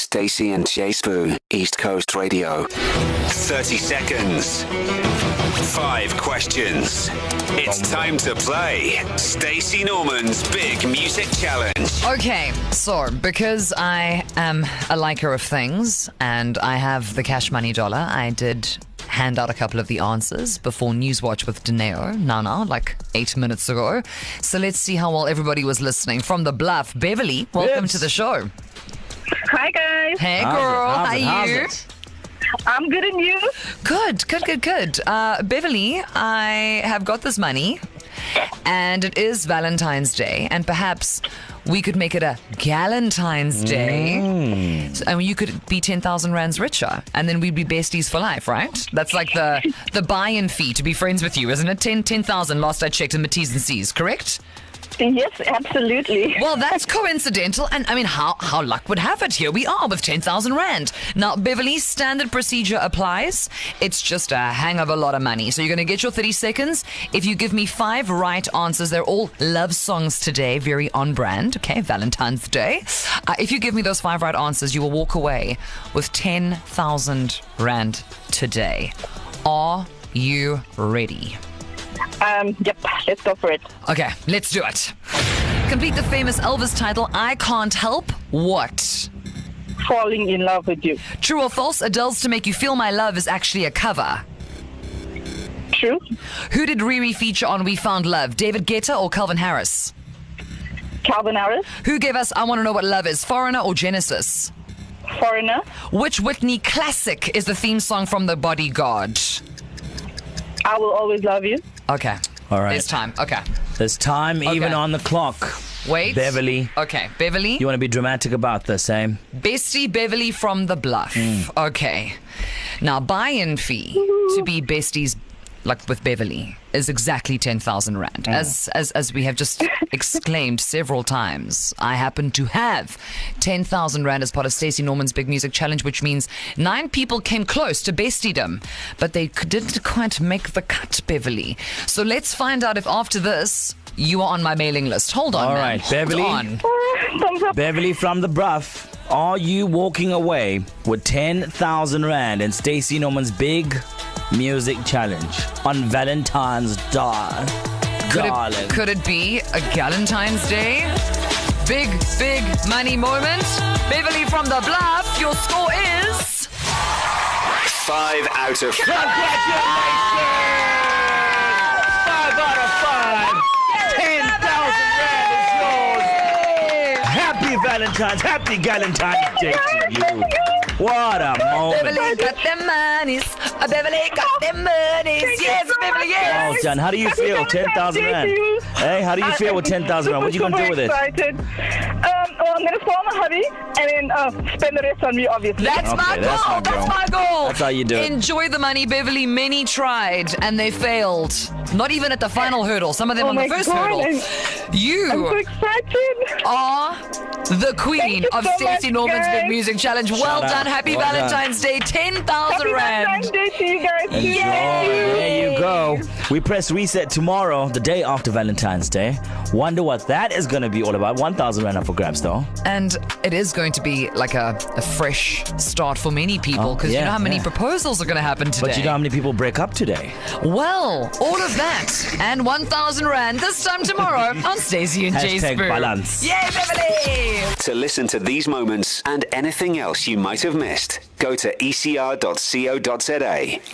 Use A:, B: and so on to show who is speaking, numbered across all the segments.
A: Stacy and Jay Spoo, East Coast Radio.
B: 30 seconds. Five questions. It's time to play Stacy Norman's Big Music Challenge.
C: Okay, so because I am a liker of things and I have the cash money dollar, I did hand out a couple of the answers before Newswatch with Dineo, Nana, like eight minutes ago. So let's see how well everybody was listening. From the bluff, Beverly, welcome
D: Yes.
C: to the show.
E: Hi guys,
C: Hey girl,
D: How's
C: how
D: it? How's it?
C: are
D: How's
C: you?
D: it?
E: I'm good and you?
C: Good, good, good, good. Uh, Beverly, I have got this money, and it is Valentine's Day, and perhaps we could make it a Galentine's Day, So- and you could be ten thousand rands richer, and then we'd be besties for life, right? That's like the the buy-in fee to be friends with you, isn't it? Ten ten thousand. Last I checked in the T's and C's, correct?
E: Yes, absolutely.
C: Well, that's coincidental, and I mean, how how luck would have it? Here we are with ten thousand rand. Now, Beverly, standard procedure applies. It's just a hang of a lot of money. So you're going to get your thirty seconds. If you give me five right answers, they're all love songs today, very on brand. Okay, Valentine's Day. Uh, if you give me those five right answers, you will walk away with ten thousand rand today. Are you ready?
E: Um, yep, let's go for it.
C: Okay, let's do it. Complete the famous Elvis title, I Can't Help What?
E: Falling in love with you.
C: True or false, Adele's To Make You Feel My Love is actually a cover.
E: True.
C: Who did Riri feature on We Found Love, David Guetta or Calvin Harris?
E: Calvin Harris,
C: Who gave us I Want to Know What Love Is, Foreigner or Genesis?
E: Foreigner,
C: Which Whitney classic is the theme song from The Bodyguard?
E: I will always love you.
C: Okay.
D: All right.
C: There's time. Okay.
D: There's time even
C: Okay.
D: on the clock.
C: Wait.
D: Beverly.
C: Okay. Beverly.
D: You want to be dramatic about this, eh?
C: Bestie Beverly from the Bluff.
D: Hmm.
C: Okay. Now, buy in fee to be besties like with Beverly is exactly 10,000 Rand.
D: Hmm.
C: As, as, as we have just exclaimed several times, I happen to have 10,000 Rand as part of Stacey Norman's Big Music Challenge, which means nine people came close to bestiedom, but they c- didn't quite make the cut, Beverly. So let's find out if after this you are on my mailing list. Hold on.
D: All
C: man.
D: right,
C: Hold
D: Beverly.
C: on.
E: Ah, Thumbs up.
D: Beverly from the Bruff, are you walking away with 10,000 Rand in Stacey Norman's big music challenge on Valentine's Day?
C: Could
D: Darling.
C: it, could it be a Galentine's Day? Big, big money moment. Beverly from the Bluff, your score is.
B: Five out of
D: Five out of five. 10,000 Rand is yours. Happy Valentine's, happy Valentine's Day to you. What a moment.
C: Beverly got them monies. Uh, Beverly
E: Oh.
C: got them monies. Yes, Beverly, yes.
D: Well done. Oh, How do you
E: Happy
D: feel? Ten
E: Valentine's
D: thousand
E: Day
D: rand.
E: to you.
D: Hey, how do you
E: I-
D: feel
E: I'm
D: with ten thousand rand? What you gonna
E: super,
D: do with it?
E: super excited. Um, well, I'm gonna spoil my hubby and then uh, spend the rest on me, obviously.
C: That's my
D: Okay,
C: goal.
D: that's
C: That's
D: my
C: my,
D: goal.
C: goal.
D: That's how you do it.
C: Enjoy the money, Beverly. Many tried and they failed. Not even at the final hurdle. Some of them
E: Oh
C: on the
E: my
C: first
E: God,
C: hurdle.
E: I'm-
C: you.
E: I'm so excited.
C: are the queen
E: Thank you
C: of
E: so
C: Stacey
E: much,
C: Norman's
E: guys.
C: Big Music Challenge. well
D: out.
C: done. Happy
D: Well done.
C: Valentine's Day. 10,000
E: Happy Valentine's
C: Rand.
E: Day to you guys. too.
D: Enjoy. There you go. We press reset tomorrow, the day after Valentine's Day. Wonder what that is gonna be all about. One thousand rand up for grabs though.
C: And it is going to be like a, a fresh start for many people
D: Oh,
C: because
D: yeah,
C: you know how many
D: yeah.
C: proposals are going to happen today.
D: But you know how many people break up today?
C: well, all of that and 1,000 Rand this time tomorrow on Stacey and Jay's
D: Hashtag
C: Spoon.
D: balance.
C: Yay, Beverly!
B: To listen to these moments and anything else E you might have missed, go to ecr.co.za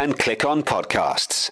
B: and click on podcasts.